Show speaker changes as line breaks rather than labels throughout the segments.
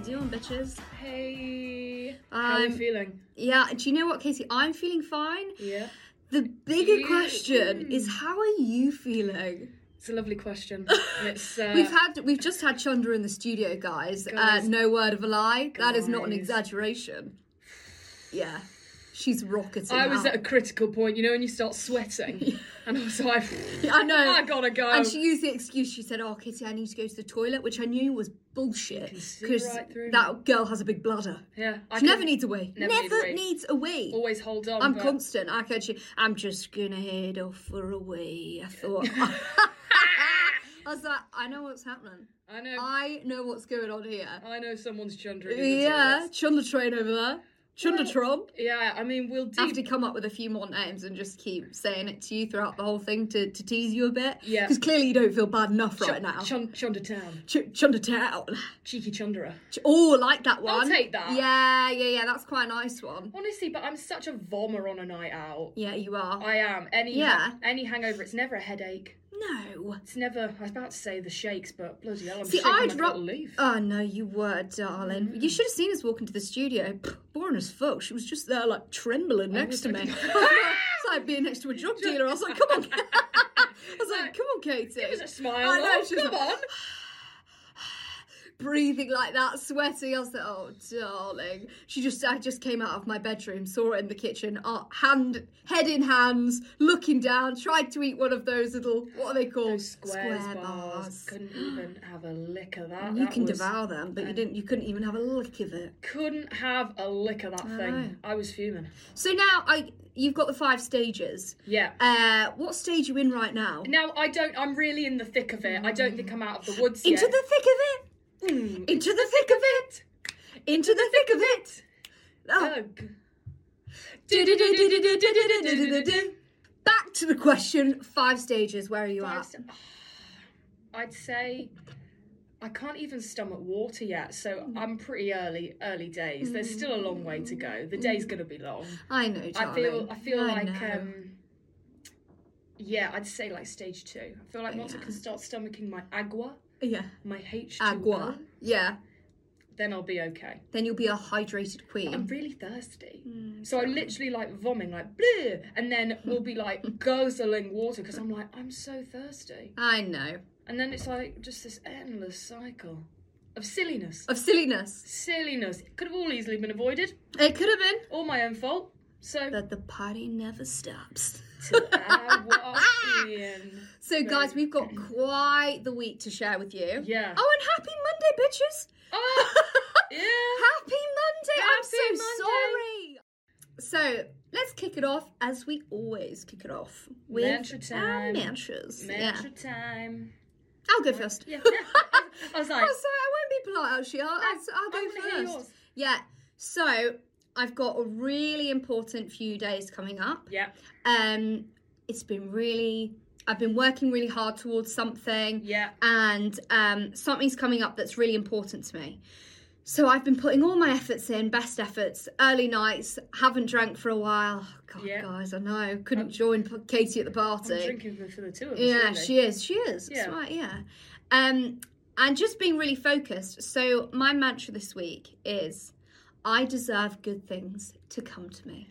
bitches.
Hey. How are you
Um,
feeling?
yeah, do you know what, Casey? I'm feeling fine.
Yeah.
The bigger
You-
question is, how are you feeling?
It's a lovely question. And it's uh,
We've had, we've just had Chandra in the studio, guys.
Guys.
Uh, no word of a lie. That is not an
Guys.
exaggeration. Yeah, she's rocketing.
I was
out.
at a critical point, you know, when you start sweating, and I was like,
I know.
I gotta go.
And she used the excuse. She said, "Oh, Kitty, I need to go to the toilet," which I knew was bullshit
can see right through
that girl has a big bladder.
yeah, I
She
can
never needs a wee.
never
Never,
need a wee.
needs a wee.
always hold on.
I'm
but
constant. I catch you. I'm just gonna head off for a wee. I thought. I was like, I know what's happening.
I know.
I know what's going on here.
I know someone's Chandra.
Yeah, Chunder Train over there. Chunder Trump.
Yeah. I mean, we'll
I
deep
have to come up with a few more names and just keep saying it to you throughout the whole thing to, to tease you a bit.
Yeah.
Because clearly you don't feel bad enough right now.
Chund- Chandra Town.
Ch- Chunder Town.
Cheeky Chandra.
Ch- Oh, like that one.
take that.
Yeah, yeah, yeah. That's quite a nice one.
Honestly, but I'm such a vomer on a night out.
Yeah, you are.
I am. Any
Yeah.
any hangover, it's never a headache.
No.
It's never. I was about to say the shakes, but bloody hell, I'm
See,
shaking
I'd
like a
ru-
little leaf.
Oh no, you were, darling. You
Mm.
should have seen us walk into the studio. Pff, boring as fuck. She was just there, like trembling next to me. it's like being next to a drug dealer. I was like, come on. I was like, come on, Katie.
Give us a smile.
I know,
love,
she's
come
like-
on.
breathing like that, sweating. I was like, oh, darling. She just, I just came out of my bedroom, saw it in the kitchen, uh, hand, head in hands, looking down, tried to eat one of those little, what are they called?
Those squares bars. Couldn't even have a lick of that.
You
That
can
was-
devour them, but you didn't. You couldn't even have a lick of it.
Couldn't have a lick of that
know.
thing. I was fuming.
So now, I you've got the five stages.
Yeah.
Uh, what stage are you in right now?
Now I don't. I'm really in the thick of it. I don't think I'm out of the woods
Into
yet.
the thick of
Hmm.
it. Into the thick of it. Into the thick of it. Oh,
Ugh. Oh.
Do-do-do-do-do-do-do-do-do-do-do. Back to the question five stages. Where are you
Five
at?
st- I'd say I can't even stomach water yet, so
Hmm.
I'm pretty early early days. There's still a long way to go. The
Hmm.
day's gonna be long.
I know, darling.
I feel I feel like
know.
um yeah, I'd say like stage two. I feel like once I
Oh, Yeah.
can start stomaching my agua,
yeah,
my H2O,
agua. Yeah,
then I'll be okay.
then you'll be a hydrated
I'm
queen.
really thirsty.
Mm,
so I literally like vomiting, like bleh, and then we'll be like guzzling water because I'm like, I'm so thirsty.
I know
And then it's like just this endless cycle of silliness.
of silliness.
Silliness. It could have all easily been avoided.
It could have been,
All my own fault. So
but the party never stops.
to our Ian.
So, guys, we've got quite the week to share with you.
Yeah.
Oh, and happy Monday, bitches!
Oh, yeah.
Happy Monday! I'm so
Happy Monday.
sorry. So let's kick it off as we always kick it off with
Mantra
our
time.
mantras.
Mantra time.
Yeah, I'll go first.
Yeah.
I'm
I was like,
sorry, I won't be polite. Actually, I'll, I'll, I'll
I
go
wanna hear
first.
yours.
Yeah. So I've got a really important few days coming up.
yeah,
Um, it's been really. I've been working really hard towards something
yeah.
and um, something's coming up that's really important to me. So I've been putting all my efforts in, best efforts, early nights, haven't drank for a while. God,
Yeah.
guys, I know. Couldn't join P- Katie at the
I'm
party.
drinking for, for the two of us.
Yeah,
really.
she is. She is. That's
Yeah.
right, yeah. Um, and just being really focused. So my mantra this week is I deserve good things to come to me.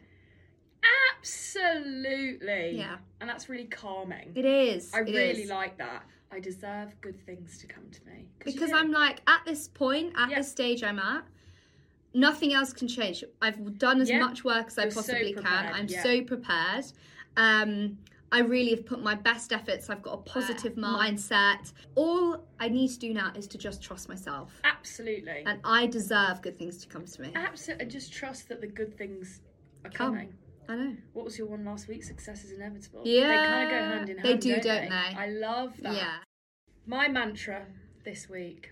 Absolutely.
Yeah.
And that's really calming.
It is.
I
it
really
is.
like that. I deserve good things to come to me. you
because
do.
I'm like at this point, at
Yeah.
this stage I'm at, nothing else can change. I've done as
Yeah.
much work as I
You're so
possibly can.
prepared,
I'm
yeah.
so prepared. Um, I really have put my best efforts. I've got a positive mindset. All I need to do now is to just trust myself,
absolutely,
and I deserve good things to come to me.
absolutely, and just trust that the good things are
Come.
coming.
I know.
What was your one last week? Success is inevitable. they kind
Yeah.
of go hand in hand.
They do,
don't,
don't
they?
they?
I love that.
Yeah.
My mantra this week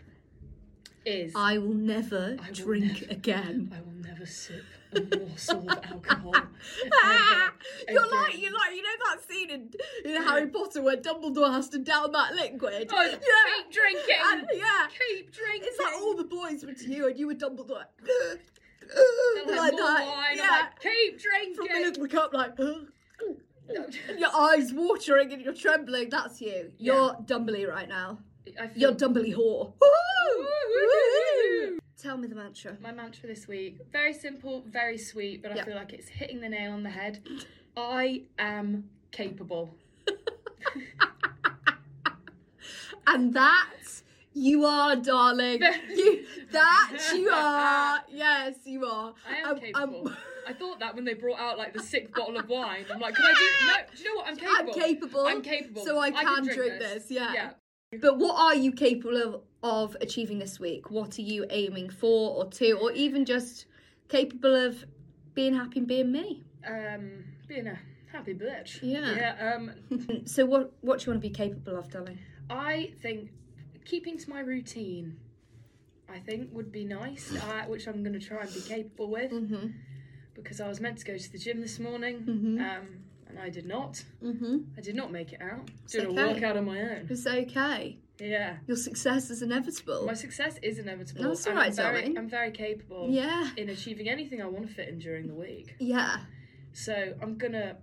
is I,
I will never
will
drink
never-
again.
will never sip a morsel of alcohol.
Ah,
ever
you're like
again."
you're like you know that scene in, in Harry Potter where Dumbledore has to down that liquid.
Oh,
yeah,
Keep drinking.
and, yeah.
keep drinking.
It's like all the boys were to you, and you were Dumbledore, like,
They're like, more wine.
yeah,
I'm like, keep
from
drinking.
the little cup, like, and your eyes watering and you're trembling. That's you.
Yeah.
You're Dumbly right now.
I feel
You're Dumbly whore. Woo!
Woo, woo, woo, woo.
Tell me the mantra.
My mantra this week very simple, very sweet, but I
Yeah.
feel like it's hitting the nail on the head. I am capable.
And that you are, darling. you, that you are. Yes, you are.
I am
Um, um,
capable. I thought that when they brought out like the sick bottle of wine. I'm like, can I do No, do you know what? I'm
I'm
capable.
capable.
I'm capable.
So I can, drink, this. Yeah. But what are you capable of, of achieving this week? What are you aiming for or to, or even just capable of being happy and being me?
Yeah. Um, being a happy bitch.
Yeah.
Yeah. Um,
So what what do you want to be capable of, darling?
I think keeping to my routine, I think would be nice, uh, which I'm going to try and be capable with
Mm-hmm.
because I was meant to go to the gym this morning,
Mhm.
um, and I did not.
Mm-hmm.
I did not make it out. Did
okay.
a workout on my own.
It's okay.
Yeah,
Your success is inevitable.
my success is inevitable.
That's
and
all right,
I'm very,
darling.
I'm very capable
Yeah.
in achieving anything I want to fit in during the week.
Yeah.
So I'm gonna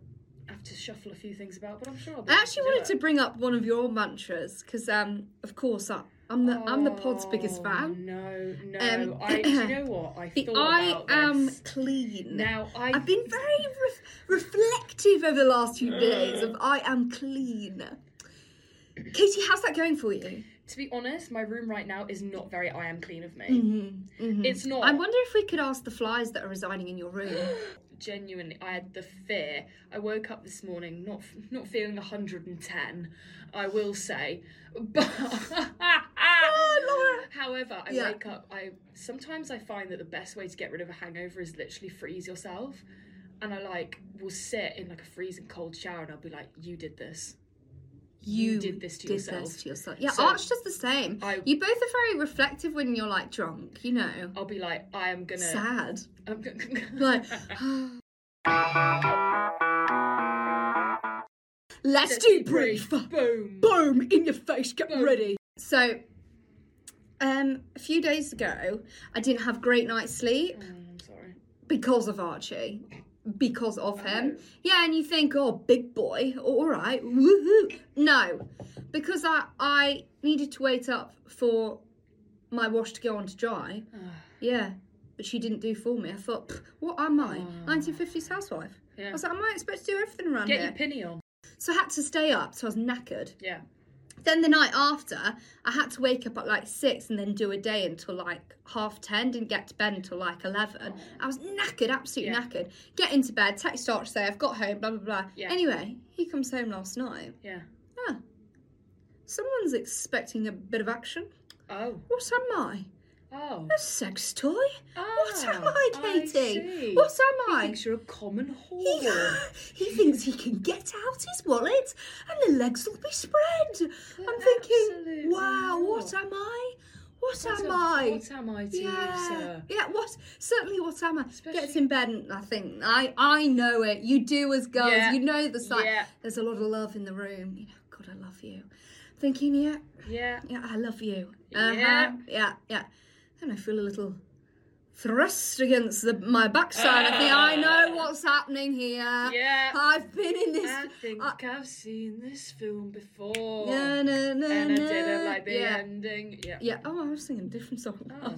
have to shuffle a few things about, but I'm sure. I'll be
I
able
actually
do
wanted
it.
to bring up one of your mantras because, um, of course, I, I'm the I'm the pod's biggest
Oh,
fan.
No, no.
Um,
I, do you know what? I
The
Oh. thought
I
about
am
this.
clean.
Now I.
I've been very re- reflective over the last few days of I am clean. Katie, how's that going for you?
To be honest, my room right now is not very I am clean of me.
Mm-hmm.
It's not.
I wonder if we could ask the flies that are residing in your room.
genuinely I had the fear. I woke up this morning not not feeling 110, I will say. But
Oh, Laura.
However, I
Yeah.
wake up I sometimes I find that the best way to get rid of a hangover is literally freeze yourself. And I like will sit in like a freezing cold shower and I'll be like, You did this. You did this to yourself.
to yourself. Yeah,
So-
Arch does the same.
I-
You both are very reflective when you're like drunk, you know.
I'll be like, I am gonna
Sad.
I'm gonna
Like, let's debrief.
Boom.
Boom in your face. Get
Boom.
ready. So, um, a few days ago, I didn't have great night's sleep
Oh, I'm sorry.
because of Archie, because of him. Yeah, and you think, oh, big boy, all right, woohoo. No, because I I needed to wait up for my wash to go on to dry.
Ah,
Yeah, but she didn't do for me. I thought, "Pff, what am I? 1950s housewife. I
yeah.
was like, am I expected to do everything around
Get
here?
your pinny on.
so I had to stay up, so I was knackered.
Yeah.
Then the night after, I had to wake up at like six and then do a day until like half ten. Didn't get to bed until like eleven. I was knackered, absolutely
Yeah.
knackered. Get into bed, text Arch, say I've got home, blah blah blah.
Yeah.
Anyway, he comes home last night.
Yeah.
Ah, someone's expecting a bit of action.
Oh.
What am I?
Oh.
A sex toy? What am
Ah,
I,
see.
Katie? What am
He
I?
thinks you're a common
He,
whore.
he thinks he can get out his wallet and the legs will be spread. I'm
absolutely
thinking, wow, what
not.
am I? What,
What
am
a-
I?
What am I to you,
Yeah,
sir?
yeah. What? Certainly, what am I? Gets
Especially-
in bed, and I think I, I know it. You do as girls.
Yeah,
You know the sign.
yeah.
There's a lot of love in the room. You know, God, I love you. Thinking, yeah,
Yeah.
yeah, I love you. Uh-huh.
Yeah.
yeah, yeah. And I feel a little thrust against the, my backside. I think I know what's happening here.
Uh. Yeah.
I've been in this.
I think
I-
I've seen this film before.
Na, na, na,
And I
na.
didn't like the
yeah.
ending. Yeah.
Yeah. Oh, I was singing a different song.
Oh.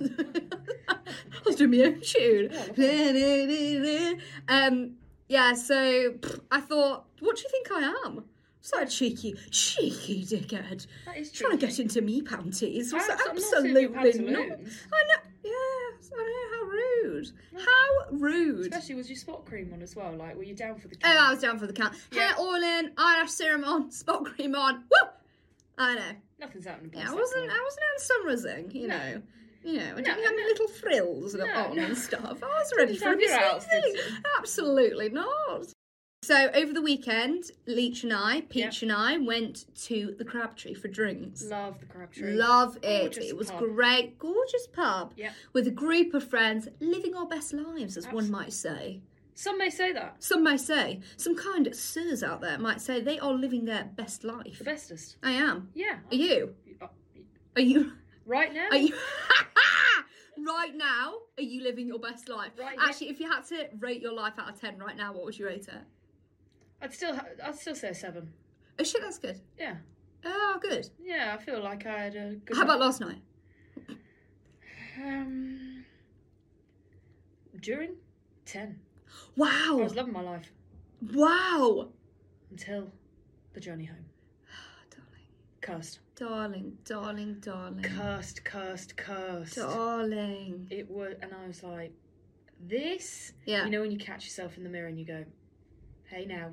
I was doing my own tune.
Oh,
um. Yeah. So pff, I thought, what do you think I am? So cheeky, cheeky dickhead.
That is true.
Trying to get into me panties. Was
Perhaps I'm not seeing
absolutely
your
not. I know.
pantaloons.
Yes. I know. How rude. How rude.
Especially was your spot cream on as well. Like, were you down for the
Oh, I
count?
was down for the count.
Yeah.
Hair oil in, eyelash serum on, spot cream on. Woo! I know.
Nothing's happening.
Yeah, I wasn't. I wasn't out summersing, you
No.
know. You know, I didn't
No,
have my little frills
No,
on
no.
and stuff. I was ready
Didn't
for
have your
a
outfit
thing. Absolutely not. So over the weekend, Leach and I, Peach and I, went to the Crabtree for drinks.
Love the crab tree.
Love it.
Gorgeous
it was
pub.
great, gorgeous pub
Yep.
with a group of friends living our best lives, as one
Abs-
might say.
Some may say that.
Some may say, some kind sirs out there might say they are living their best
The
life.
bestest.
I am.
Yeah.
Are you?
Uh,
Are you?
Right now.
Are you? right now, are you living your best life?
Right now-
Actually, if you had to rate your life out of ten right now, what would you rate it?
I'd still, ha- I'd still say a seven.
Oh shit, that's good.
Yeah.
Oh, good.
Yeah, I feel like I had a good.
How about last night?
Um, during 10. I
Wow.
was loving my life
Wow.
until the journey home.
Oh, darling,
Cursed.
darling, darling, darling.
Cursed, cursed, cursed.
Darling.
It was, and I was like, this.
Yeah.
You know when you catch yourself in the mirror and you go, hey now,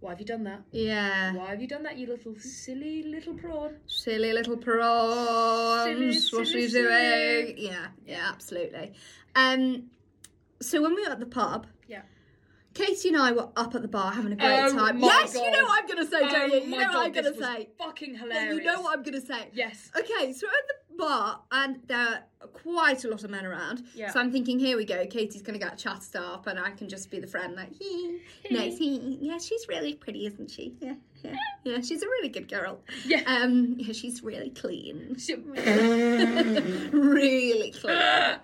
why have you done that?
yeah.
Why have you done that, you little silly little prawn?
Silly little prawns.
Silly,
what are
silly,
you
silly.
doing? Yeah, yeah, absolutely. Um, so when we were at the pub,
Yeah.
Katie and I were up at the bar having a great
Oh
time.
my
yes, you
God.
know what I'm gonna say, don't
Oh
you? You know
my God,
what I'm
this
gonna
was
say.
Fucking
Yeah,
hilarious.
You know what I'm gonna say.
Yes.
Okay, so we're at the bar and there are quite a lot of men around.
Yeah.
So I'm thinking, here we go. Katie's gonna get chat up, and I can just be the friend like, hee, nice, hee. Yeah, she's really pretty, isn't she? Yeah, yeah, yeah. She's a really good girl.
Yeah.
Um, yeah, she's really clean.
So-
really clean.
Ah.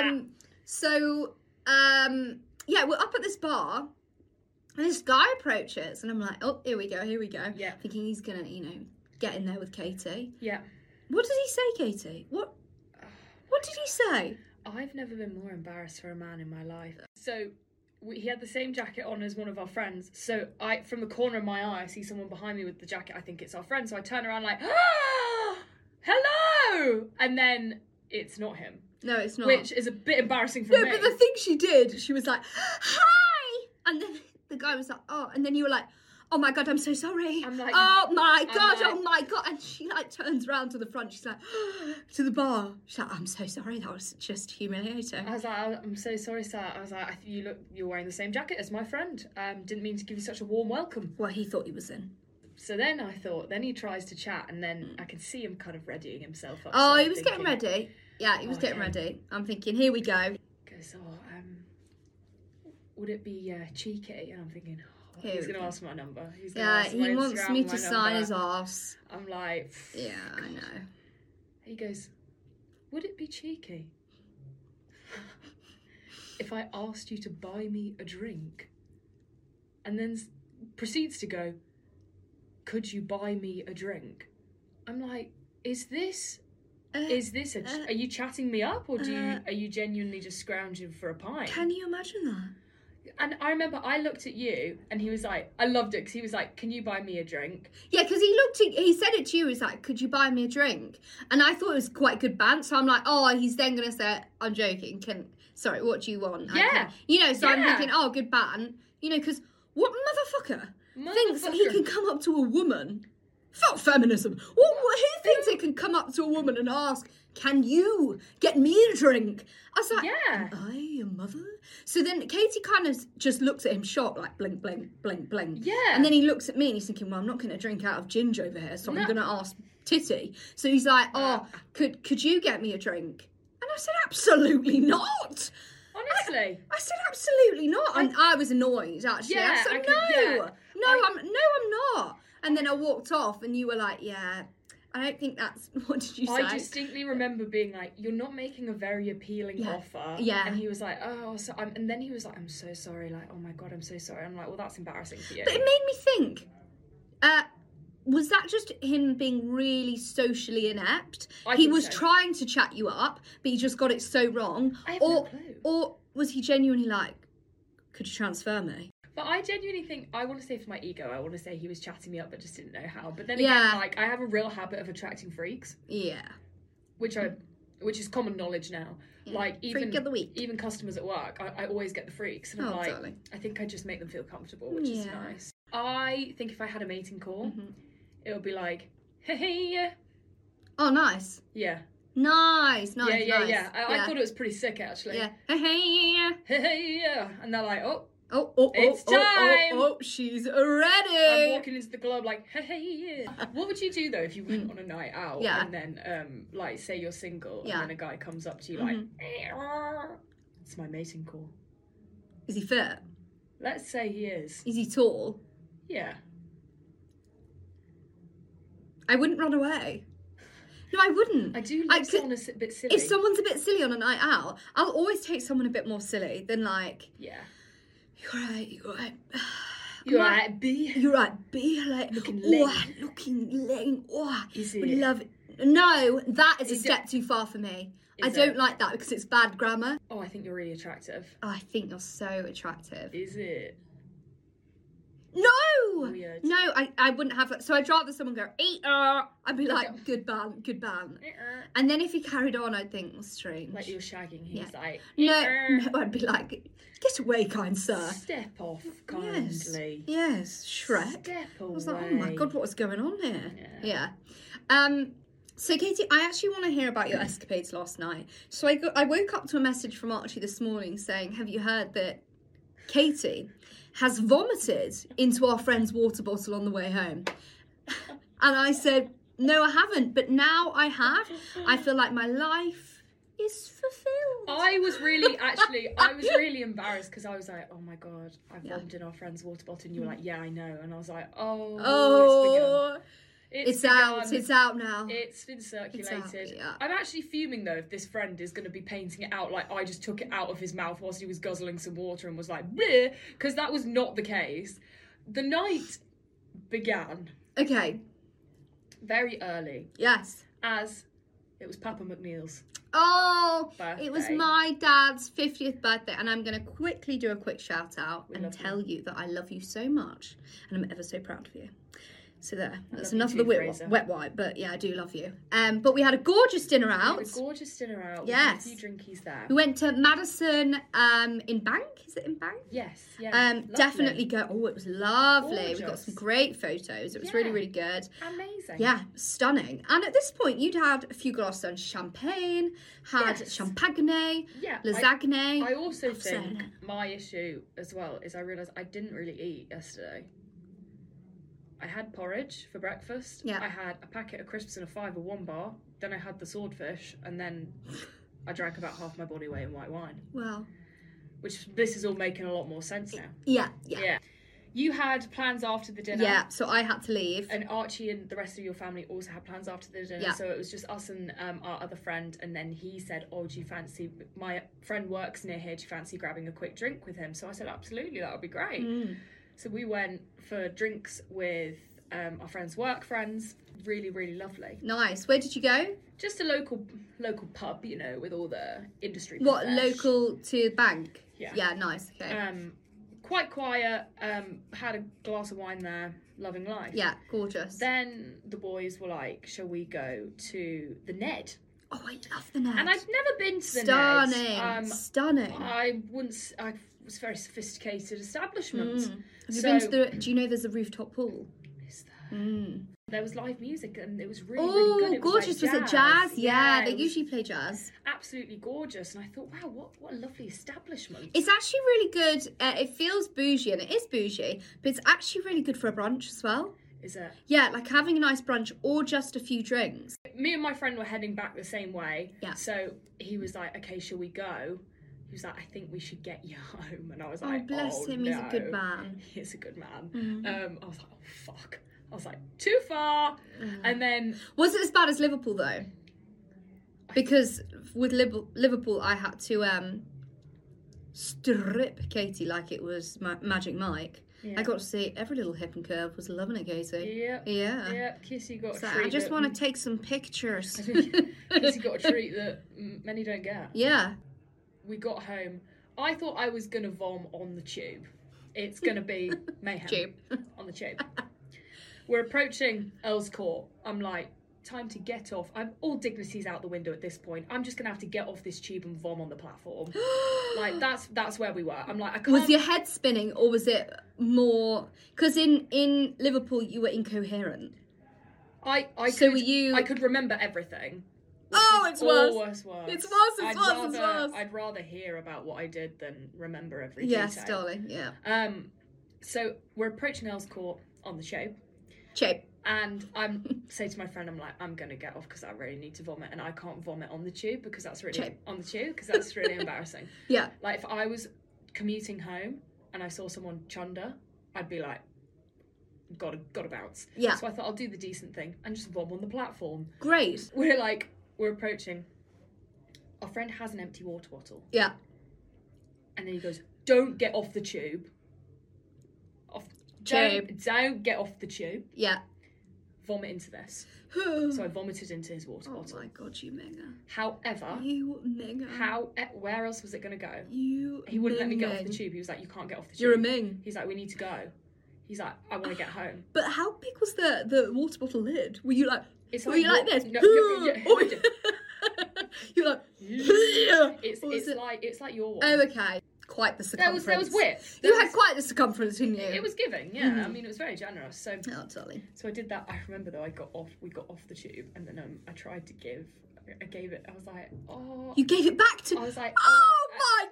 Um, so um, yeah, we're up at this bar. And this guy approaches, and I'm like, oh, here we go, here we go.
Yeah.
Thinking he's gonna, you know, get in there with Katie.
yeah.
What did he say, Katie? What? What did he say?
I've never been more embarrassed for a man in my life. So we, he had the same jacket on as one of our friends. So I, from the corner of my eye, I see someone behind me with the jacket. I think it's our friend. So I turn around like, ah, hello, and then it's not him,
No, it's not.
which is a bit embarrassing for
Oh. no,
me.
but the thing she did, she was like, "Hi," and then the guy was like, "Oh," and then you were like. Oh my god, I'm so sorry.
I'm like-
oh my
I'm
god,
like-
oh my god. And she like turns around to the front, she's like, to the bar. She's like, I'm so sorry, that was just humiliating.
I was like, "Oh, I'm so sorry, sir. I was like, I think you look, you're wearing the same jacket as my friend. Um, didn't mean to give you such a warm welcome.
well, he thought he was in.
So then I thought, then he tries to chat, and then I can see him kind of readying himself up.
Mm. Oh,
so
he was
I'm
getting
thinking- Oh,
ready. Yeah, he was getting
Okay.
ready. I'm thinking, here we go.
goes, oh, um, would it be uh, cheeky? And I'm thinking, oh,
Here
he's
we
going to
go.
ask my number. He's gonna
Yeah,
ask my
he wants
Instagram,
me
my
to sign
number.
his arse.
I'm like,
Yeah, I
God.
know.
He goes, would it be cheeky if I asked you to buy me a drink? And then s- proceeds to go, could you buy me a drink? I'm like, is this
Uh,
is this a ch-
uh,
are you chatting me up or do you
uh,
are you genuinely just scrounging for a pint?
Can you imagine that?
And I remember I looked at you, and he was like, I loved it because he was like, Can you buy me a drink?
Yeah, because he looked at, he said it to you, he's like, could you buy me a drink? And I thought it was quite good band, so I'm like, oh, he's then going to say, I'm joking, can, sorry, what do you want? I
Yeah.
can- you know, so I'm
Yeah.
thinking, oh, good ban. You know, because what motherfucker thinks that he
Motherfucker.
can come up to a woman? Fuck feminism. What, what, who thinks he can come up to a woman and ask, can you get me a drink? I was like,
Yeah.
am I your mother? So then Katie kind of just looks at him shocked, like blink, blink, blink, blink.
Yeah.
And then he looks at me and he's thinking, well, I'm not going to drink out of ginger over here, so I'm
No. Uh.
going to ask Titty. So he's like, oh, could could you get me a drink? And I said, absolutely not.
Honestly.
I said, absolutely not. And I was annoyed, actually. I
Yeah,
said,
I
no,
could- yeah.
no, I,
I-
am no, I'm not. And then I walked off and you were like, yeah, I don't think that's, what did you say?
I distinctly remember being like, "You're not making a very appealing
Yeah.
offer."
Yeah.
And he was like, "Oh, so I'm," and then he was like, "I'm so sorry, like, oh my god, I'm so sorry." I'm like, "Well, that's embarrassing for you."
But it made me think. Uh, was that just him being really socially inept?
I
he
think
was
so.
trying to chat you up, but he just got it so wrong.
I have
or,
no clue.
or was he genuinely like, "Could you transfer me?"
But I genuinely think I want to say for my ego, I want to say he was chatting me up, but just didn't know how. But then
Yeah.
again, like, I have a real habit of attracting freaks,
Yeah.
which I, which is common knowledge now.
Mm-hmm. Yeah.
Like even
freak of the week.
even customers at work, I, I always get the freaks, and I'm
Oh,
like,
darling.
I think I just make them feel comfortable, which is
Yeah.
nice. I think if I had a mating call,
Mhm.
it would be like, hey,
Oh, nice,
yeah,
nice, nice,
yeah, yeah,
nice.
yeah. I, I thought it was pretty sick actually.
Yeah. Hey, hey.
Hey, yeah, and they're like, oh,
Oh, oh, oh,
It's
oh, oh,
time.
Oh, she's
I'm
ready.
walking into the club like, hey, yeah. what would you do though if you went on a night out
Mm. Yeah.
and then, um, like, say you're single
Yeah. Mm-hmm.
and then a guy comes up to you like, it's my mating call.
Is he fit?
Let's say he is.
Is he tall?
Yeah.
I wouldn't run away. No, I wouldn't.
I do
I
like
could-
someone a si- bit silly.
if someone's a bit silly on a night out, I'll always take someone a bit more silly than like,
yeah.
you're right, you're right.
You're
Like,
right, B.
You're right, be like
Looking
"Oh,
lame."
looking lame. Oh,
Is
would
it?
love No, that is a
Is it-
step too far for me. I
Is
don't
it?
like that because it's bad grammar.
Oh, I think you're really attractive.
Oh, I think you're so attractive.
Is it
No!
weird?
No, I, I wouldn't have So I'd rather someone go, eat, uh, I'd be like, good ban, good ban.
Uh-uh.
And then if he carried on, I'd think, well, strange.
Like you're shagging. He's like,
no,
"Uh-uh.
no, I'd be like, get away, kind sir.
Step off kindly.
Yes, Shrek.
Step away.
I was like, oh my god, what's going on here?
Yeah.
Yeah. Um, so Katie, I actually want to hear about your escapades last night. So I got, I woke up to a message from Archie this morning saying, "Have you heard that Katie has vomited into our friend's water bottle on the way home?" And I said, "No, I haven't, but now I have. I feel like my life is fulfilled."
I was really actually I was really embarrassed because I was like, oh my god, I
Yeah.
vomited in our friend's water bottle, and you were like, yeah, I know, and I was like, oh,
Oh,
it's begun.
it's, out.
begun.
It's out now.
It's been circulated.
yeah.
I'm actually fuming though if this friend is going to be painting it out like I just took it out of his mouth whilst he was guzzling some water and was like, because that was not the case. The night began
Okay.
very early
Yes.
as it was Papa McNeil's.
Oh, it was
Birthday.
my dad's 50th birthday, and I'm going to quickly do a quick shout out
We
and
love you.
tell you. that I love you so much and I'm ever so proud of you. So, there,
love
that's
you
enough of
too,
the wet,
Fraser.
wet wipe, but yeah, I do love you. Um, but we had a gorgeous dinner
We
out.
had a gorgeous dinner out.
Oh. Yes.
We had a few drinkies there.
We went to Madison um, in Bank. Is it in Bank?
Yes. Yeah.
Um,
lovely.
definitely go. Oh, it was lovely. We got
Gorgeous.
some great photos. It was really,
Yeah.
really good.
Amazing.
Yeah, stunning. And at this point, you'd had a few glasses of champagne, had
Yes.
champagne,
Yeah. I-
lasagne.
I also
I've said
think
it.
my issue as well is I realised I didn't really eat yesterday. I had porridge for breakfast.
Yeah.
I had a packet of crisps and a five or one bar. Then I had the swordfish, and then I drank about half my body weight in white wine.
Well,
Which this is all making a lot more sense now.
yeah, yeah, yeah.
Yeah. You had plans after the dinner.
so I had to leave.
And Archie and the rest of your family also had plans after the dinner,
Yeah.
so it was just us and um, our other friend. And then he said, "Oh, do you fancy? My friend works near here. Do you fancy grabbing a quick drink with him?" So I said, "Absolutely, that would be great."
Mm.
So we went for drinks with um, our friends' work friends. Really, really lovely.
Nice. Where did you go?
Just a local local pub, you know, with all the industry.
What
profesh.
local to bank?
Yeah.
nice. Okay.
Um, quite quiet. Um, had a glass of wine there. Loving life.
yeah, gorgeous.
Then the boys were like, "Shall we go to the Ned?"
oh, I love the net.
And I've never been to the
stunning,
Ned.
stunning.
Um, I wouldn't. s- I was a very sophisticated establishment.
Mm. Have you been to
so-
the? Do you know there's a rooftop pool?
Is there-
Mm.
There was live music and it was really, really
Oh,
good. It
gorgeous!
Was, like
it jazz? Yeah, they
it was
usually play jazz.
absolutely gorgeous. And I thought, wow, what what a lovely establishment.
It's actually really good. Uh, it feels bougie, and it is bougie, but it's actually really good for a brunch as well.
Is it?
Yeah, like having a nice brunch or just a few drinks.
Me and my friend were heading back the same way.
Yeah.
So he was like, "Okay, shall we go?" He was like, "I think we should get you home." And I was
Oh,
like,
bless
"Oh,
him, he's a good
no."
man. Mm.
He's a good man. Um, I was like, "Oh fuck." I was like, "Too far." And then
Was it as bad as Liverpool though? Because with Lib- Liverpool, I had to um, strip Katie like it was Ma- Magic Mike.
Yeah.
I got to see every little hip and curve. Was loving it, Katie.
Yep.
Yeah.
Yep. Kissy got. a
So
treat
I just
that-
want to take some pictures.
Kissy got a treat that m- many don't get.
yeah.
We got home. I thought I was gonna vom on the tube. It's gonna be mayhem
Tube.
on the tube. We're approaching Earl's Court. I'm like, time to get off. I'm all dignity's out the window at this point. I'm just gonna have to get off this tube and vom on the platform. like that's that's where we were. I'm like, I can't.
Was your head spinning or was it more? Because in in Liverpool, you were incoherent.
I I
So
could,
were you-
I could remember everything.
Oh, it's worse.
Worse, worse.
It's worse, it's
I'd
worse,
rather,
it's worse.
I'd rather hear about what I did than remember every
Yes,
detail.
darling. Yeah.
Um, so we're approaching Earl's Court on the show,
Shape.
and I'm say to my friend, I'm like, I'm gonna get off because I really need to vomit, and I can't vomit on the tube because that's really
Shape.
on the tube because that's really embarrassing.
Yeah.
Like if I was commuting home and I saw someone chunder, I'd be like, gotta gotta bounce.
Yeah.
So I thought I'll do the decent thing and just vom on the platform.
Great.
We're like, we're approaching. Our friend has an empty water bottle.
Yeah.
And then he goes, Don't get off the tube. Off don't, don't get off the tube.
Yeah.
vomit into this.
oh
So I vomited into his water bottle.
my god, you mega.
However,
You mega.
how eh, where else was it going to go?
You.
He wouldn't let me get off
ming.
the tube. He was like, "You can't get off the tube."
You're a ming.
He's like, "We need to go." He's like, "I want to get home."
But how big was the the water bottle lid? Were you like?
It's
were you like
what-
this?
No, yeah, yeah,
Or-
yeah.
you were like.
It's
Or was
it's
it-
like it's like your one.
Oh, okay. Quite the
there
circumference.
was there was width.
You Mm-hmm.
There
had quite the circumference in you.
was- it was giving. Yeah, I mean, it was very generous. So
Oh, darling.
So I did that. I remember though, I got off. We got off the tube, and then um, I tried to give. I gave it. I was like, oh.
You gave it back to.
I was like,
oh
I-
my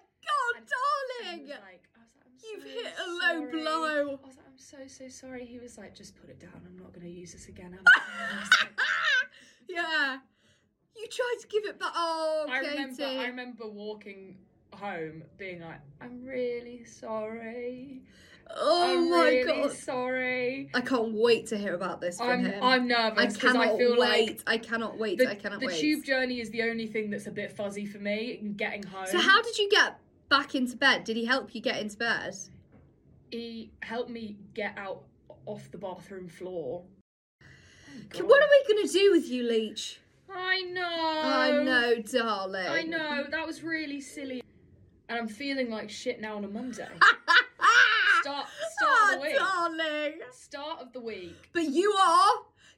and-
god,
and he was
darling!
like- I was like, "I'm
You've
so
hit a low
sorry."
blow.
I was like, I'm so so sorry. He was like, just put it down. I'm not going to use this again. am I?" I was like-
yeah. You tried to give it back. Oh,
I
Katie.
remember. I remember walking home, being like, I'm really sorry.
oh
I'm
my
really
god.
sorry.
I can't wait to hear about this from
I'm
him.
I'm
I
nervous because
cannot
I, feel
wait.
like.
I cannot wait.
The,
I cannot
the
wait.
tube journey is the only thing that's a bit fuzzy for me in getting home.
so how did you get back into bed? Did he help you get into bed?
he helped me get out off the bathroom floor.
K- What are we gonna do with you, Leech?
I know.
I know, darling.
I know. That was really silly. And I'm feeling like shit now on a Monday. Start, start of the week.
oh, darling.
Start of the week.
But you are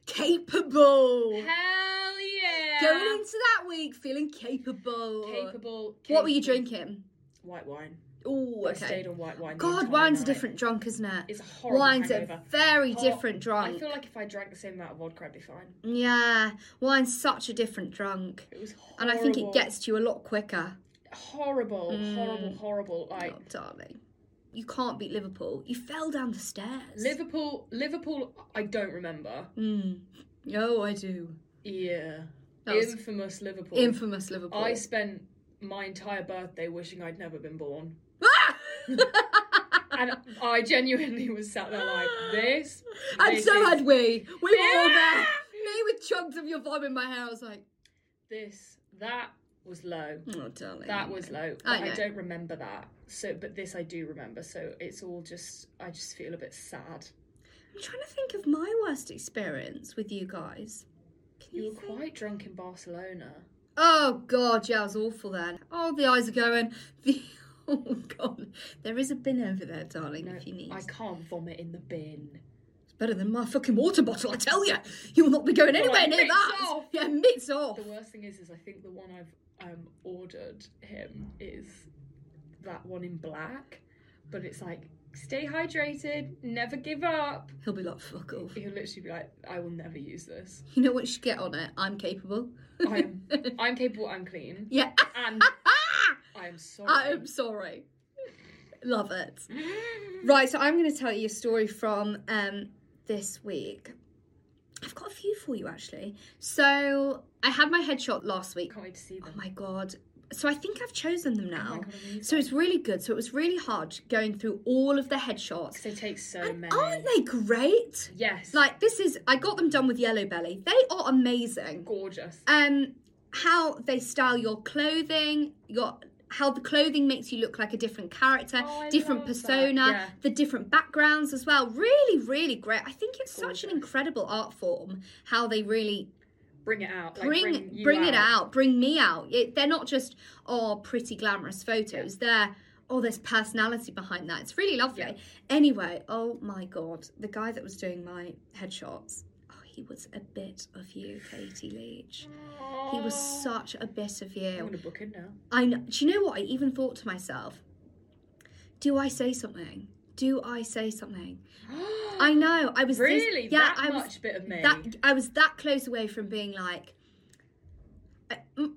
capable.
Hell yeah.
Going into that week feeling capable.
Capable.
What were you
capable.
drinking?
White wine.
Oh,
I stayed
okay.
on white wine. the
God,
entire
wine's a
night.
different drunk, isn't it?
It's a horrible
Wine's
hangover.
a very
Hor-
different
I
drunk.
feel like if I drank the same amount of vodka, I'd be fine.
Yeah, wine's such a different drunk.
It was horrible.
And I think it gets to you a lot quicker.
horrible, horrible, horrible. Like
Oh, darling. You can't beat Liverpool. You fell down the stairs.
Liverpool, Liverpool. I don't remember.
Mm. Oh, I do.
Yeah,
That was
infamous Liverpool.
infamous Liverpool.
I spent my entire birthday wishing I'd never been born,
Ah!
and I genuinely was sat there like this.
and
this
so
is-
had we. We were all there.
Yeah!
Me with chunks of your vomit in my hair. I was like,
This that was low.
oh, darling.
That was low.
I
But I,
know.
don't remember that. So, but this I do remember. So it's all just. I just feel a bit sad.
I'm trying to think of my worst experience with you guys. Can
You
think?
were quite drunk in Barcelona.
Oh god, yeah, I was awful then. Oh, the eyes are going. The oh god, there is a bin over there, darling. if you need,
I can't vomit in the bin.
it's better than my fucking water bottle. I tell you, you will not be going anywhere
like,
near
mitts
that.
off.
Yeah, mitts off.
The worst thing is, is I think the one I've um, ordered him is that one in black, but it's like stay hydrated, never give up.
He'll be like, fuck off.
He'll literally be like, I will never use this.
You know what? You should get on it. I'm capable.
I'm I'm capable, I'm clean,
yeah.
and I'm sorry.
I'm sorry. Love it. Right, so I'm going to tell you a story from um, this week. I've got a few for you actually. So I had my headshot last week.
Can't wait to see
Oh
them.
my god. So I think I've chosen them
Oh my
now.
God, I need
So it's really good. So it was really hard going through all of the headshots.
'Cause they take so
And
many.
aren't they great?
Yes,
Like this is I got them done with yellow belly. They are amazing.
gorgeous.
Um how they style your clothing, your how the clothing makes you look like a different character,
Oh, I
different
love that.
persona,
Yeah.
the different backgrounds as well. Really, really great. I think it's such an
Gorgeous.
incredible art form how they really
Bring it out. like,
bring
you
bring it out bring me out it, they're not just oh pretty glamorous photos they're oh there's personality behind that it's really lovely
Yeah.
anyway oh my god the guy that was doing my headshots oh he was a bit of you katie leach he was
Aw.
such a bit of
I'm
you
gonna book him now.
i know, do you know what i even thought to myself do i say something do i say something i know i was this-
really
yeah
that
i was
much bit of me.
that I was that close away from being like, uh, mm,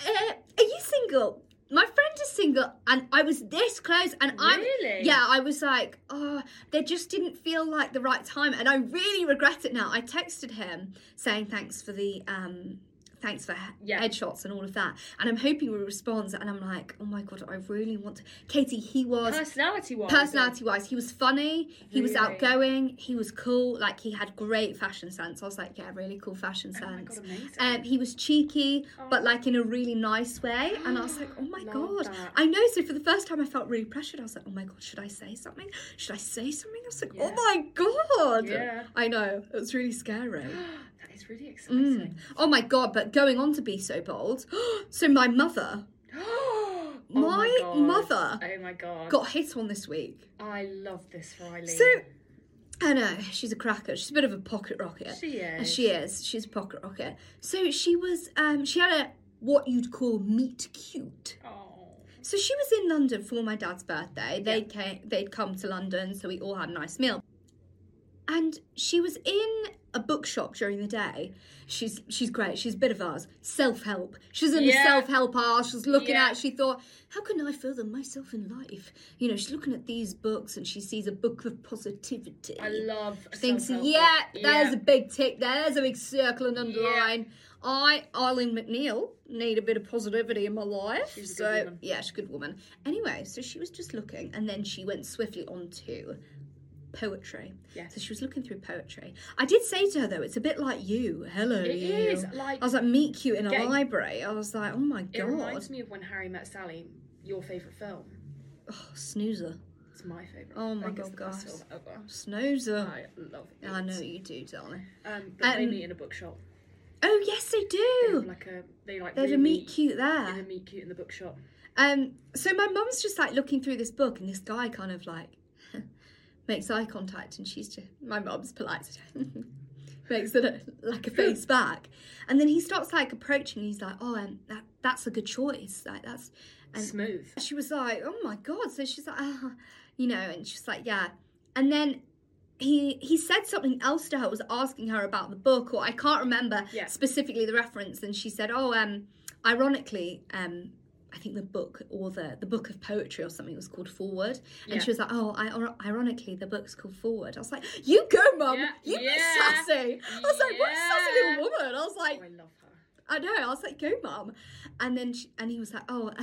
uh, "Are you single?" My friend is single, and I was this close, and I'm
Really?
yeah, I was like, "Oh, there just didn't feel like the right time," and I really regret it now. I texted him saying thanks for the um thanks for
Yeah.
headshots and all of that. And I'm hoping he responds. And I'm like, oh my god, I really want to. Katie, he was
Personality wise.
personality wise, he was funny, he was
Really?
outgoing, he was cool, like he had great fashion sense. I was like, yeah, really cool fashion
Oh my god,
sense.
amazing.
um, he was cheeky, but
Oh.
like in a really nice way. And I was like, oh my
Love
god.
that.
I know. So for the first time, I felt really pressured. I was like, oh my god, should I say something? Should I say something? I was like,
Yeah.
oh my god.
Yeah.
I know. It was really scary.
that is really
Mm.
exciting.
Oh my god, but going on to be so bold. so my mother,
oh
my
God.
mother
Oh my god.
got hit on this week.
I love this Riley.
So I know, she's a cracker. She's a bit of a pocket rocket.
she
And
is.
She is. She's a pocket rocket. So she was. Um, she had a what you'd call meet cute.
Oh.
So she was in London for my dad's birthday. They came. They'd come to London, so we all had a nice meal. And she was in a bookshop during the day. She's she's great. She's a bit of ours. Self help. She's in
Yeah.
the self help aisle. She was looking
Yeah.
at. She thought, how can I further myself in life? You know, she's looking at these books and she sees a book of positivity
I love
thinks,
self-help
yeah,
book.
there's
Yeah.
a big tick there, there's a big circle and underline. I, Eileen McNeil, need a bit of positivity in my life.
She's a good
so,
woman.
yeah, she's a good woman. Anyway, so she was just looking and then she went swiftly on to poetry.
Yes.
So she was looking through poetry. I did say to her, though, it's a bit like you. Hello.
It
you.
is like
I was like, meet you in a
Gay.
library. I was like, oh my
it
God.
reminds me of when Harry met Sally. Your favorite film?
Oh, snoozer.
It's my favorite.
Oh my
I think it's
God,
the best
guys.
film ever.
Snoozer.
I love it.
I know you do, darling.
Um, but they
Um,
meet in a bookshop.
Oh, yes, they
They have
do.
like a they like
They had a
really
meet cute there.
in a meet cute in the bookshop.
Um, so my mum's just like looking through this book, and this guy kind of like makes eye contact, and she's just my mum's polite, so makes it like a face back, and then he starts like approaching. And he's like, "Oh, um, that that's a good choice. Like that's." And
Smooth.
she was like, "Oh my god!" So she's like, ah, you know, and she's like, "Yeah," and then. He, he said something else to her was asking her about the book or i can't remember
Yeah.
specifically the reference and she said oh um ironically um I think the book or the, the book of poetry or something was called Forward. And
Yeah.
she was like, Oh, I, or- ironically, the book's called Forward. I was like, You go, mum.
Yeah,
You be
yeah,
sassy. I was like, What a sassy
yeah."
little woman. I was
Oh,
like,
I love her.
I know. I was like, Go, mum. And then she, and he was like, Oh. Uh,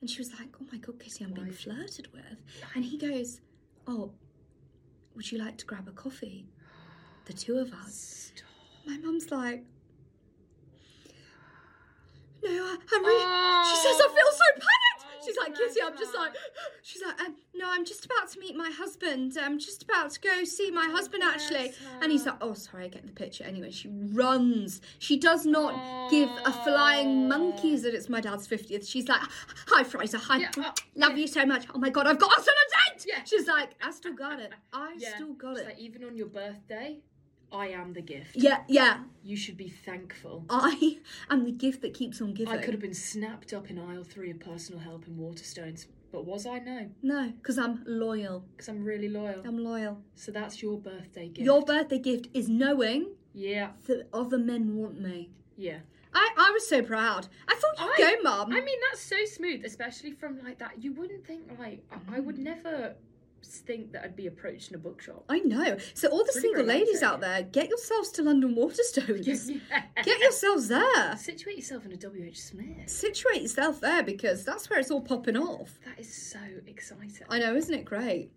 and she was like, Oh my God, Kitty, I'm being
Why?
flirted with. And he goes, Oh, would you like to grab a coffee? The two of us.
Stop.
My mum's like, no, I, I'm really. She says I feel so panicked.
Oh,
she's like,
bless
Kitty, I'm just
her.
like. She's like, um, no, I'm just about to meet my husband. I'm just about to go see my husband actually.
Oh, Bless her.
And he's like, oh, sorry, I get the picture. Anyway, she runs. She does not give a flying monkeys that it's my dad's 50th. She's like, hi, Fraser. Hi.
Oh. Yeah, oh,
Love you so much. Oh my God, I've got us on a date.
Yeah.
She's like, I still got it. I
Yeah.
still got
She's
it.
like, even on your birthday, I am the gift.
yeah, yeah.
You should be thankful.
I am the gift that keeps on giving.
I could have been snapped up in aisle three of personal help in Waterstones, but was I? No,
No, because I'm loyal.
because I'm really loyal.
I'm loyal.
So that's your birthday gift.
Um, Your birthday gift is knowing
yeah,
that other men want me.
yeah.
I, I was so proud. I thought you
I-
would go, mum.
I mean, that's so smooth, especially from like that. You wouldn't think like I, I would
Mm.
never s- think that I'd be approached in a bookshop.
I know. So all the
Pretty
single ladies
romantic.
out there, get yourselves to London Waterstones.
Get
get yourselves there.
Situate yourself in a WH Smith.
Situate yourself there because that's where it's all popping off.
That is so exciting.
I know, isn't it great?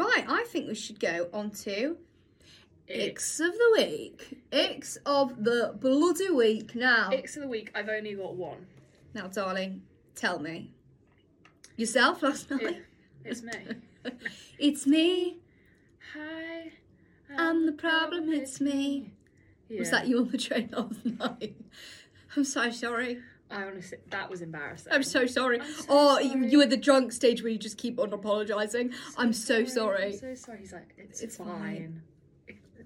Right, I think we should go on to Icks of the Week. Icks of the bloody week now.
Icks of the week. I've only got one.
Now, darling, tell me. Yourself last night?
It- it's me.
It's me.
Hi. Um,
I'm the problem. It's me.
Yeah.
Was Um, that you on the train last night? I'm so sorry.
I honestly, that was embarrassing.
I'm so sorry.
I'm so
oh, you-
sorry.
you were the drunk stage where you just keep on apologising. I'm so sorry.
I'm so sorry. He's like, it's,
It's
fine.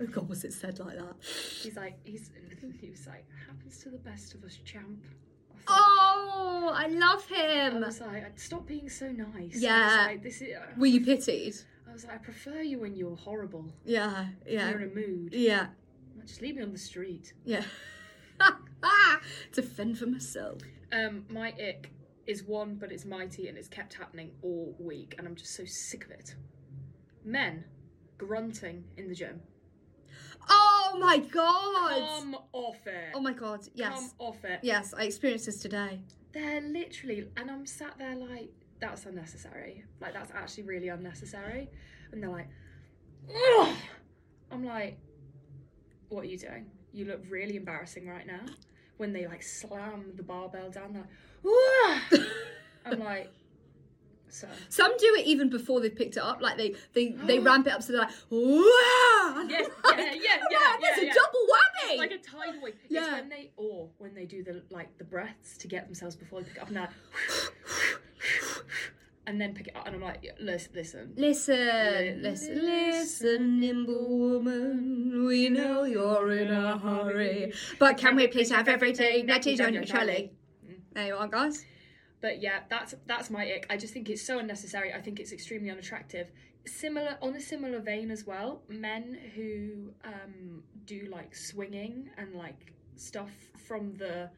Oh God, was it said like that?
He's like, he's. He was like, happens to the best of us, champ. I thought-
Oh, I love him.
I was like, I'd stop being so nice. I was
Yeah.
like, this is.
Were you pitied?
I was like, I prefer you when you're horrible.
Yeah, yeah,
You're in a mood.
yeah,
Just leave me on the street.
yeah. to fend for myself.
Um, my ick is one, but it's mighty and it's kept happening all week, and I'm just so sick of it. Men grunting in the gym.
Oh my god.
Come off it.
Oh my god.
Come
Yes.
off it.
Yes, I experienced this today.
They're literally, and I'm sat there like, that's unnecessary. Like, that's actually really unnecessary. And they're like, Ugh! I'm like, what are you doing? You look really embarrassing right now. When they like slam the barbell down, they're like, Ugh! I'm like, so.
Some do it even before they've picked it up. Like they they they ramp it up so they're like, wow.
Yes,
Like,
yeah, yeah, yeah,
right,
yeah,
There's a
yeah.
double whammy.
Like a tidal wave. It's
Yeah.
when they or when they do the like the breaths to get themselves before they pick it up and they're like, and then pick it up and I'm like, yeah, listen, listen.
Listen, listen, listen, nimble woman, we know you're in a hurry. But can we please have everything that is on your trolley? There you are, guys.
But yeah, that's that's my ick. I just think it's so unnecessary. I think it's extremely unattractive. Similar on a similar vein as well, men who um, do like swinging and like stuff from the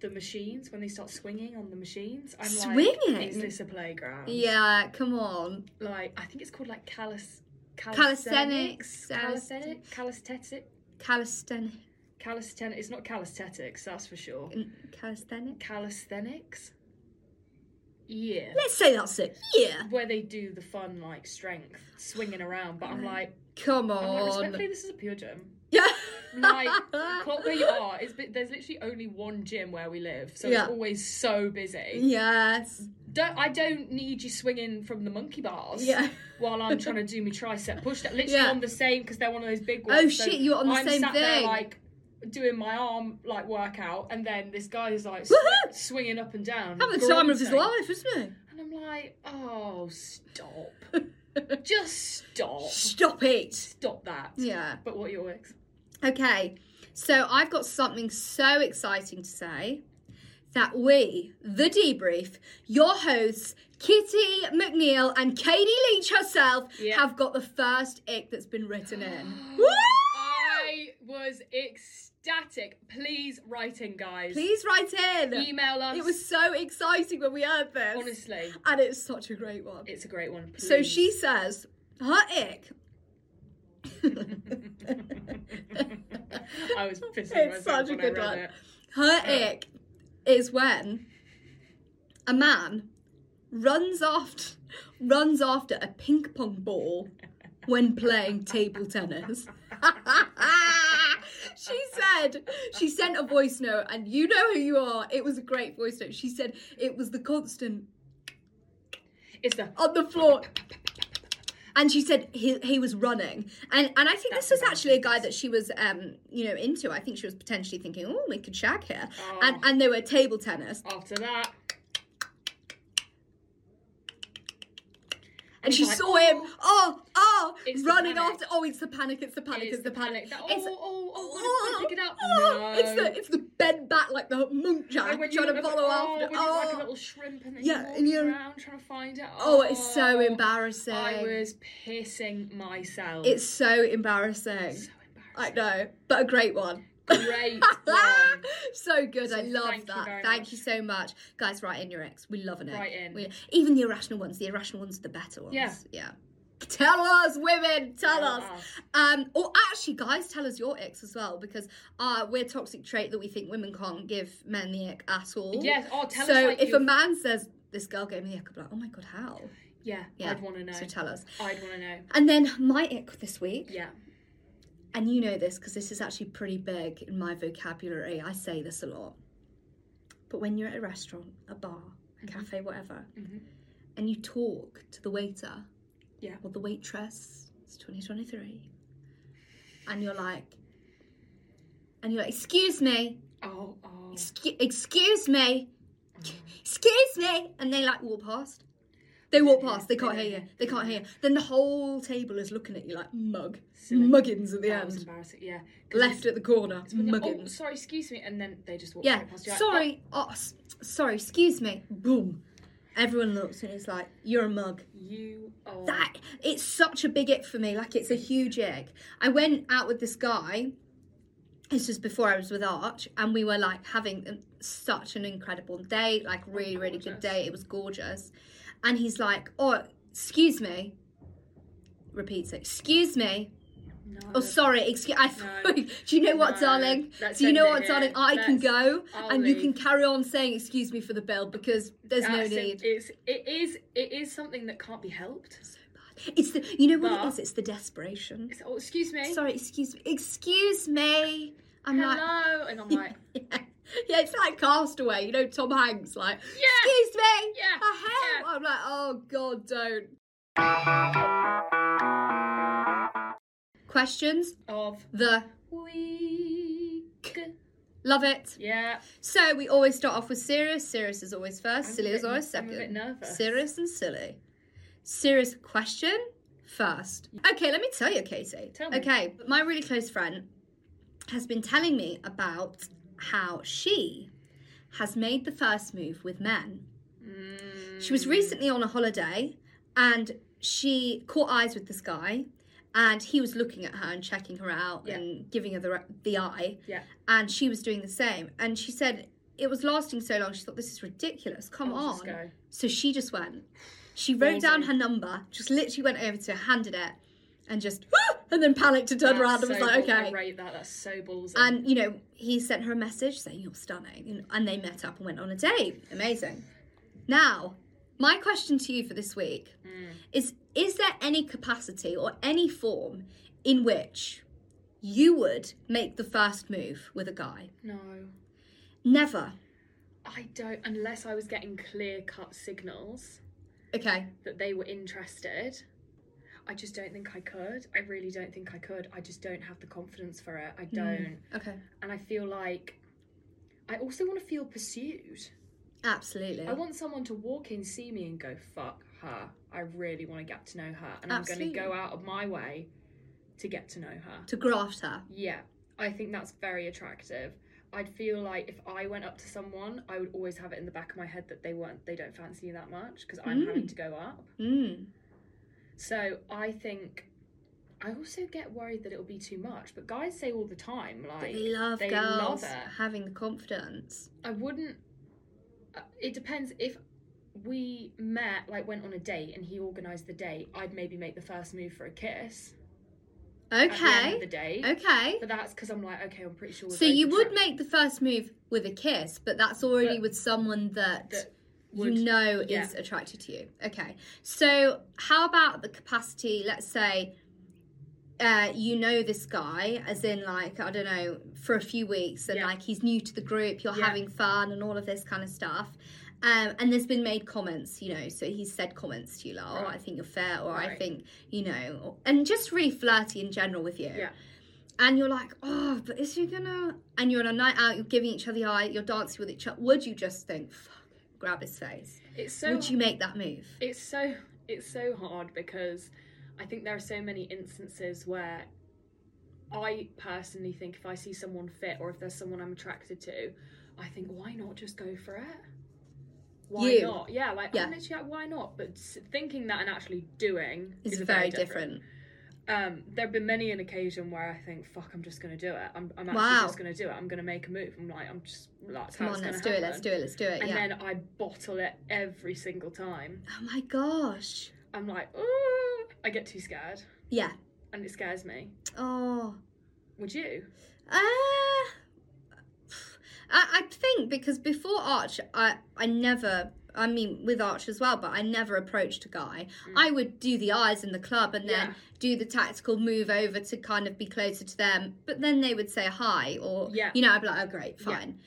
the machines when they start swinging on the machines. I'm like,
Swinging?
is this a playground?
Yeah, come on.
like I think it's called like callus
Calisthenics.
calisthenic calisthetic
Calisthenic.
calisthenic. It's not calisthetics, that's for sure.
Calisthenic.
Calisthenics. Yeah,
Let's say that's it. Yeah.
where they do the fun like strength swinging around, but I'm like,
Come
I'm like
on.
respectfully, this is a pure gym.
Yeah.
Like,
Uh,
clock where you are. It's bit, there's literally only one gym where we live, so
Yeah.
it's always so busy.
Yes.
Don't I don't need you swinging from the monkey bars.
Yeah.
while I'm trying to do my tricep push that literally
Yeah.
on the same because they're one of those big ones.
Oh, shit, you're on the
I'm
same
sat There,
thing.
like doing my arm like workout, and then this guy is like sw-
Woohoo!
swinging up and down,
Having the time of his
grunting.
life, isn't
And I'm like, oh, stop,
he?
just stop,
Stop it.
stop that.
Yeah.
But what are your works?
Okay, so I've got something so exciting to say that we, the debrief, your hosts, Kitty McNeil and Katie Leach herself,
Yeah.
have got the first ick that's been written in. Woo!
I was ecstatic. Please write in, guys.
Please write in.
email us.
It was so exciting when we heard this,
honestly,
and it's such a great one.
it's a great one.
So
Please.
she says her ick.
I was pissing
It's
myself
such a
when
good
I read Uh.
one.
it.
Her ick is when a man runs after runs after a ping pong ball when playing table tennis. she said she sent a voice note and you know who you are. It was a great voice note. She said it was the constant
It's the
on the floor. And she said he, he was running, and and I think this was actually a guy that she was um you know into. I think she was potentially thinking, oh, we could shag here, and
Oh.
and they were table tennis,
after that.
and she
like,
saw him, oh oh,
It's the
running
panic.
after, oh it's the panic, it's the panic, it's, the panic.
That, oh,
It's-
oh, oh,
oh,
oh, oh, pick it up.
oh,
no.
it's the it's the bend back like the monk jack
And when you
trying to
look at-
follow
oh,
after.
When you look like a
Oh,
little shrimp and then
Yeah,
you walk
and you're-
around trying to find it.
oh, it's so
Oh,
embarrassing.
I was pissing myself.
It's so embarrassing.
so
I
embarrassing.
know, but a great one.
Great one.
so good. I
So
love
thank you
that.
very
thank
much.
you so much, guys. Write in your ex. We love an ex.
Write in.
We- even the irrational ones. The irrational ones are the better ones.
Yeah.
Yeah. Tell us, women. Tell,
Tell
us.
us.
Um, or actually, guys, tell us your ex as well because uh, we're toxic trait that we think women can't give men the ick at all.
Yes. Oh, tell
so
us. Like,
if
your-
a man says this girl gave me the ick, I'm like, oh my god, how?
yeah,
Yeah.
I'd want to know.
So tell us.
I'd want to know.
And then my ick this week,
Yeah.
and you know this because this is actually pretty big in my vocabulary. I say this a lot. But when you're at a restaurant, a bar, a
Mm-hmm.
cafe, whatever,
Mhm.
and you talk to the waiter
Yeah.
or the waitress, it's 2023, and you're like, and you're like, excuse me,
Oh, oh.
excu- excuse me, excuse me, and they like walk past. They walk past. They can't hear you. They can't hear you. Then the whole table is looking at you like mug,
Silly.
muggins at the
That was
end,
embarrassing. Yeah. 'Cause
left at the corner,
it's when you're- Oh,
muggins.
sorry, excuse me. And then they just walk
Yeah.
right past you. like,
Sorry. Oh, s- sorry. Excuse me. Boom. Everyone looks and it's like you're a mug.
"Oh, you are.
that it's such a big ick for me like it's a huge ick i went out with this guy this was before i was with arch and we were like having um, such an incredible day like really really good
Oh, gorgeous.
day it was gorgeous and he's like oh excuse me repeats it excuse me
No.
Oh, sorry. Excuse. I.
No.
Do you know what,
No.
darling?
Let's
Do you know
end it
what,
here.
darling? I can
Let's-
go,
I'll
and you
leave.
can carry on saying "excuse me" for the bill because there's no
That's it.
need.
It's it is it is something that can't be helped.
It's the. You know what
But-
it is? It's the desperation.
It's, oh, excuse me.
Sorry. Excuse me. Excuse me. I'm
Hello,
like.
and I'm like,
Yeah. yeah, it's like Castaway. You know, Tom Hanks. Like,
Yeah.
excuse me.
Yeah.
I help.
Yeah.
I'm like, oh God, don't. Questions?
of
The
week.
love it.
Yeah.
So we always start off with serious. Serious is always 1st
I'm a
silly is
bit-
always
I'm a bit
second.
nervous.
Serious and silly. Serious question first. Okay, let me tell you, Katie.
Tell me.
Okay, my really close friend has been telling me about how she has made the first move with men.
Mm,
She was recently on a holiday and she caught eyes with this guy and he was looking at her and checking her out
Yeah.
and giving her the, the eye
Yeah.
and she was doing the same. And she said it was lasting so long. She thought this is ridiculous. Come
I'll
on.
just go.
So she just went. She wrote down her number. Just literally went over to her, handed it, and just "Woo!" and then panicked and turned
That's
around and was
so
like,
ball- I
okay.
rate that. That's so ballsy.
And you know he sent her a message saying you're stunning, and- and they met up and went on a date. Amazing. Now, my question to you for this week
Mm.
is: Is there any capacity or any form in which you would make the first move with a guy?
no,
Never.
I don't. Unless I was getting clear cut signals
Okay.
that they were interested. I just don't think I could. I really don't think I could. I just don't have the confidence for it. I
Hmm.
don't.
Mm. Okay.
And I feel like I also want to feel pursued.
Absolutely.
I want someone to walk in, see me, and go, fuck her. I really want to get to know her. And I'm
Absolutely.
going to go out of my way to get to know her.
to graft her.
Yeah, I think that's very attractive. I'd feel like if I went up to someone, I would always have it in the back of my head that they weren't, they don't fancy you that much because I'm having to go up.
Mm.
So I think I also get worried that it'll be too much. But guys say all the time, like,
They love
they
girls
love it.
having the confidence.
I wouldn't. uh, It depends if we met, like went on a date, and he organised the date. I'd maybe make the first move for a kiss. At the end of the
Okay.
date.
Okay.
But that's because I'm like, okay, I'm pretty sure. we're
So
both
you would
attract-
make the first move with a kiss, but that's already
But-
with someone that,
that
you know
yeah.
is attracted to you. Okay. So how about the capacity? Let's say uh, you know this guy, as in like I don't know, for a few weeks, and
Yeah.
like he's new to the group. You're
Yeah.
having fun and all of this kind of stuff. Um, and there's been made comments, you know. So he's said comments to you like, "Oh,
Right.
I think you're fair," or "I
Right.
think you know," or, and just really flirty in general with you
Yeah.
and you're like, oh, but is he gonna? And you're on a night out, you're giving each other the eye, you're dancing with each other. Would you just think, fuck, grab his face?
It's so.
Would you make that move?
It's so. It's so hard because I think there are so many instances where I personally think if I see someone fit or if there's someone I'm attracted to, I think why not just go for it? Why
You.
not? Yeah, like
Yeah.
I'm literally like, why not? But s- thinking that and actually doing
It's
is
very different.
Um, there have been many an occasion where I think, "Fuck, I'm just gonna do it. I'm, I'm actually
Wow.
just gonna do it. I'm gonna make a move. I'm like, I'm just that's
Come
how
on,
it's
let's do
gonna
it, let's
happen."
do it, let's do it.
And
yeah.
then I bottle it every single time.
oh my gosh.
I'm like, oh, I get too scared,
Yeah.
and it scares me.
Oh.
Would you?
Uh, I, I think because before Arch, I, I never, I mean, with Arch as well, but I never approached a guy. I would do the eyes in the club and then
Mm. Yeah.
do the tactical move over to kind of be closer to them, but then they would say hi or,
Yeah.
you know, I'd be like, oh, great,
Yeah.
fine.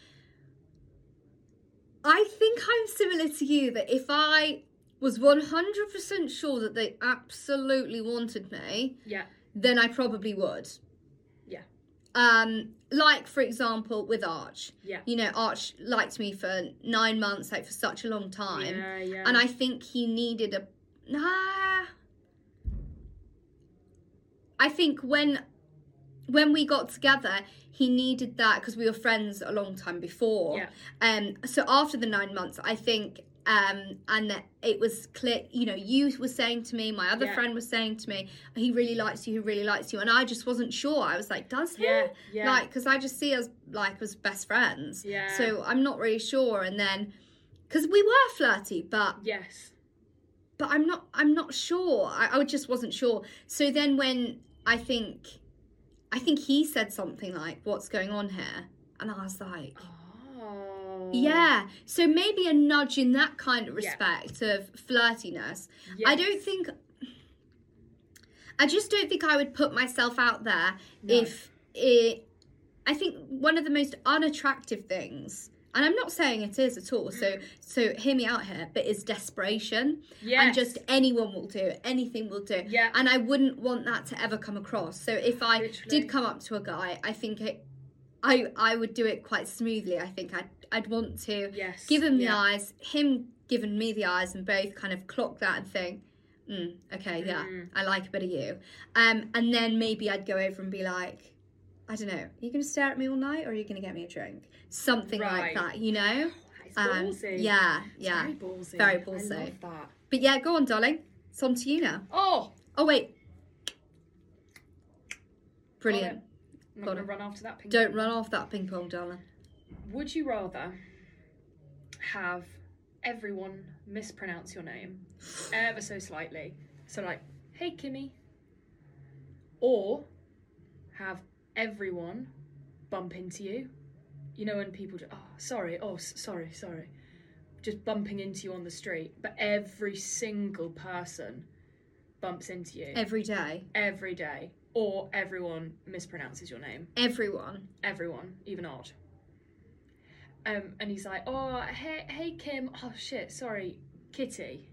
I think I'm similar to you that if I was 100% sure that they absolutely wanted me,
Yeah,
then I probably would.
Yeah.
Um, like for example, with Arch.
Yeah.
You know, Arch liked me for nine months, like for such a long time,
yeah, yeah.
and I think he needed a. Nah. I think when when we got together, he needed that because we were friends a long time before.
Yeah.
Um. So after the nine months, I think. Um, and that it was clear, you know, you were saying to me, my other
Yeah.
friend was saying to me, he really likes you, he really likes you, and I just wasn't sure. I was like, does he?
yeah, yeah,
Like, because I just see us like as best friends.
Yeah.
So I'm not really sure. And then, because we were flirty, but
yes,
but I'm not I'm not sure. I, I just wasn't sure. So then when I think I think he said something like, "What's going on here?" And I was like,
Oh.
"Yeah." So maybe a nudge in that kind of
Yeah.
respect of flirtiness. I
Yes.
don't think. I just don't think I would put myself out there
No.
if it. I think one of the most unattractive things, and I'm not saying it is at all. So so hear me out here, but is desperation and
Yes.
just anyone will do anything will do.
Yeah.
And I wouldn't want that to ever come across. So if I
Literally.
did come up to a guy, I think it, I I would do it quite smoothly. I think I'd I'd want to
Yes.
give him the
yeah.
eyes, him giving me the eyes, and both kind of clock that and think, mm, okay, yeah,
Mm.
I like a bit of you. Um, and then maybe I'd go over and be like, I don't know, are you going to stare at me all night or are you going to get me a drink? Something
Right.
like that, you know?
It's
Um,
ballsy.
yeah,
It's
yeah.
Very ballsy.
Very
I
ballsy.
love that.
But yeah, go on, darling. It's on to you now.
Oh,
Oh, wait. Brilliant.
I'm
Got
going to
it.
run after that pink.
Don't run off that ping pong, darling.
Would you rather have everyone mispronounce your name ever so slightly? So, like, hey, Kimmy. Or have everyone bump into you? You know, when people just, oh, sorry, oh, s- sorry, sorry. Just bumping into you on the street, but every single person bumps into you
Every day.
every day. Or everyone mispronounces your name
Everyone.
everyone, even Odd. Um, and he's like, "Oh, hey, hey, Kim. Oh shit, sorry, Kitty.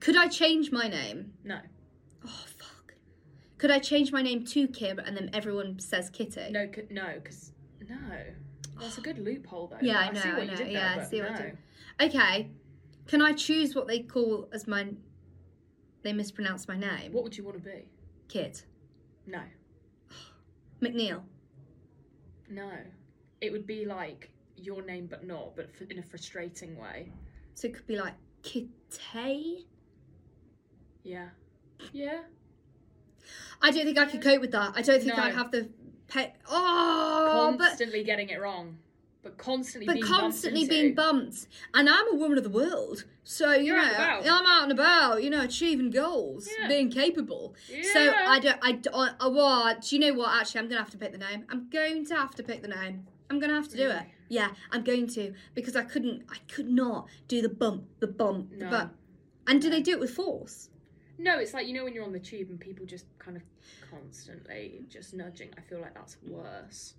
Could I change my name?
No,
Oh, fuck. Could I change my name to Kim and then everyone says Kitty?
no, c- no, because no. That's a good loophole, though.
Yeah, I
see
know,
what
I
you
know.
did there,
Yeah, I
but
see what I
no.
did. Okay. Can I choose what they call as my. They mispronounce my name?
What would you want to be?
Kit.
No,
McNeil.
no. It would be like your name, but not, but f- in a frustrating way.
So it could be like Kitty?
Yeah, yeah.
I don't think I could cope with that. I don't think
No.
I'd have the. Pe- oh, but
constantly getting it wrong, but constantly,
but
being
constantly
bumped
being
into.
bumped. And I'm a woman of the world, so you
You're
know
out and about.
I'm out and about. You know, achieving goals,
Yeah.
being capable. So
Yeah.
I don't. I don't. I, what? Do you know what? Actually, I'm gonna have to pick the name. I'm going to have to pick the name. I'm gonna have to do it.
Really?
Yeah, I'm going to because I couldn't. I could not do the bump, the bump, the
No.
bump. And do they do it with force?
No, it's like you know when you're on the tube and people just kind of constantly just nudging. I feel like that's worse.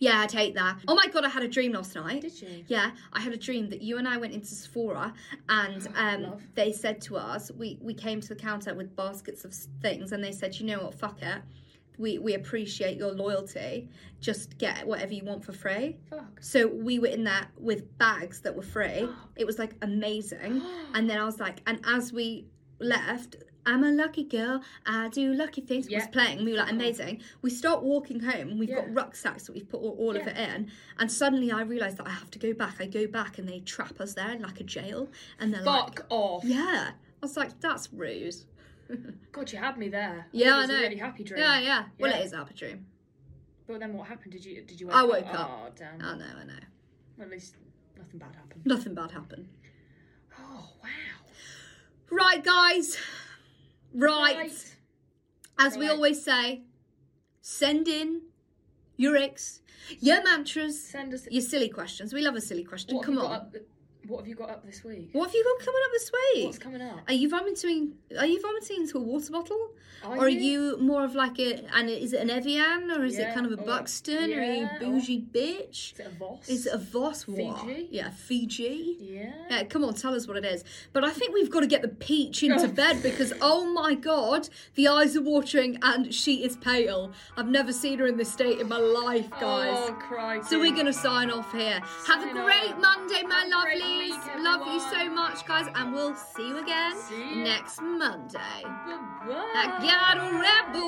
Yeah, I'd hate that. Oh my god, I had a dream last night.
Did you?
Yeah, I had a dream that you and I went into Sephora and um,
Love.
they said to us, we, we came to the counter with baskets of s- things and they said, you know what, fuck it. We, we appreciate your loyalty. Just get whatever you want for free.
Fuck.
So we were in there with bags that were free. It was like amazing. And then I was like, and as we left, I'm a lucky girl. I do lucky things.
Yeah.
Was playing. We were like
Cool.
amazing. We start walking home. and We've
Yeah.
got rucksacks that we've put all, all of
Yeah.
it in. And suddenly I realise that I have to go back. I go back and they trap us there in like a jail. And they're
Fuck off.
like, yeah. I was like, that's rude.
God, you had me there.
Yeah,
it
I
was
know.
A really happy dream.
Yeah, yeah. Well,
Yeah.
it is our dream.
But then what happened? Did you did you? Wake
I woke
Oh damn.
I know, I know.
Well, at least nothing bad happened.
Nothing bad happened.
Oh wow.
Right, guys. right. As we
Right.
always say, send in your ex, your mantras,
Send us.
your silly questions. We love a silly question.
what have
Come
you
on.
got up th- what have you got up this week?
What have you got coming up this
What's
week?
coming up?
Are you vomiting? Are you vomiting into a water bottle,
Are
or are you more of like a? And is it an Evian, or is
Yeah,
it kind of a
or-
Buxton, or are you
yeah, or-
bougie bitch?
Is it a Voss?
Is it a Voss? What?
Fiji?
Yeah, Fiji.
Yeah.
Yeah, Uh, come on, tell us what it is. But I think we've got to get the peach into
Oh.
bed because, oh my god, the eyes are watering and she is pale. I've never seen her in this state in my life, guys.
Oh Christ.
So we're going to sign off here. Have a
Sign
great
off.
Monday, my
Have a great
lovelies.
week,
Love you so
everyone.
much, guys, and we'll see you again
See ya.
next Monday.
Bye-bye.
That got a rebel.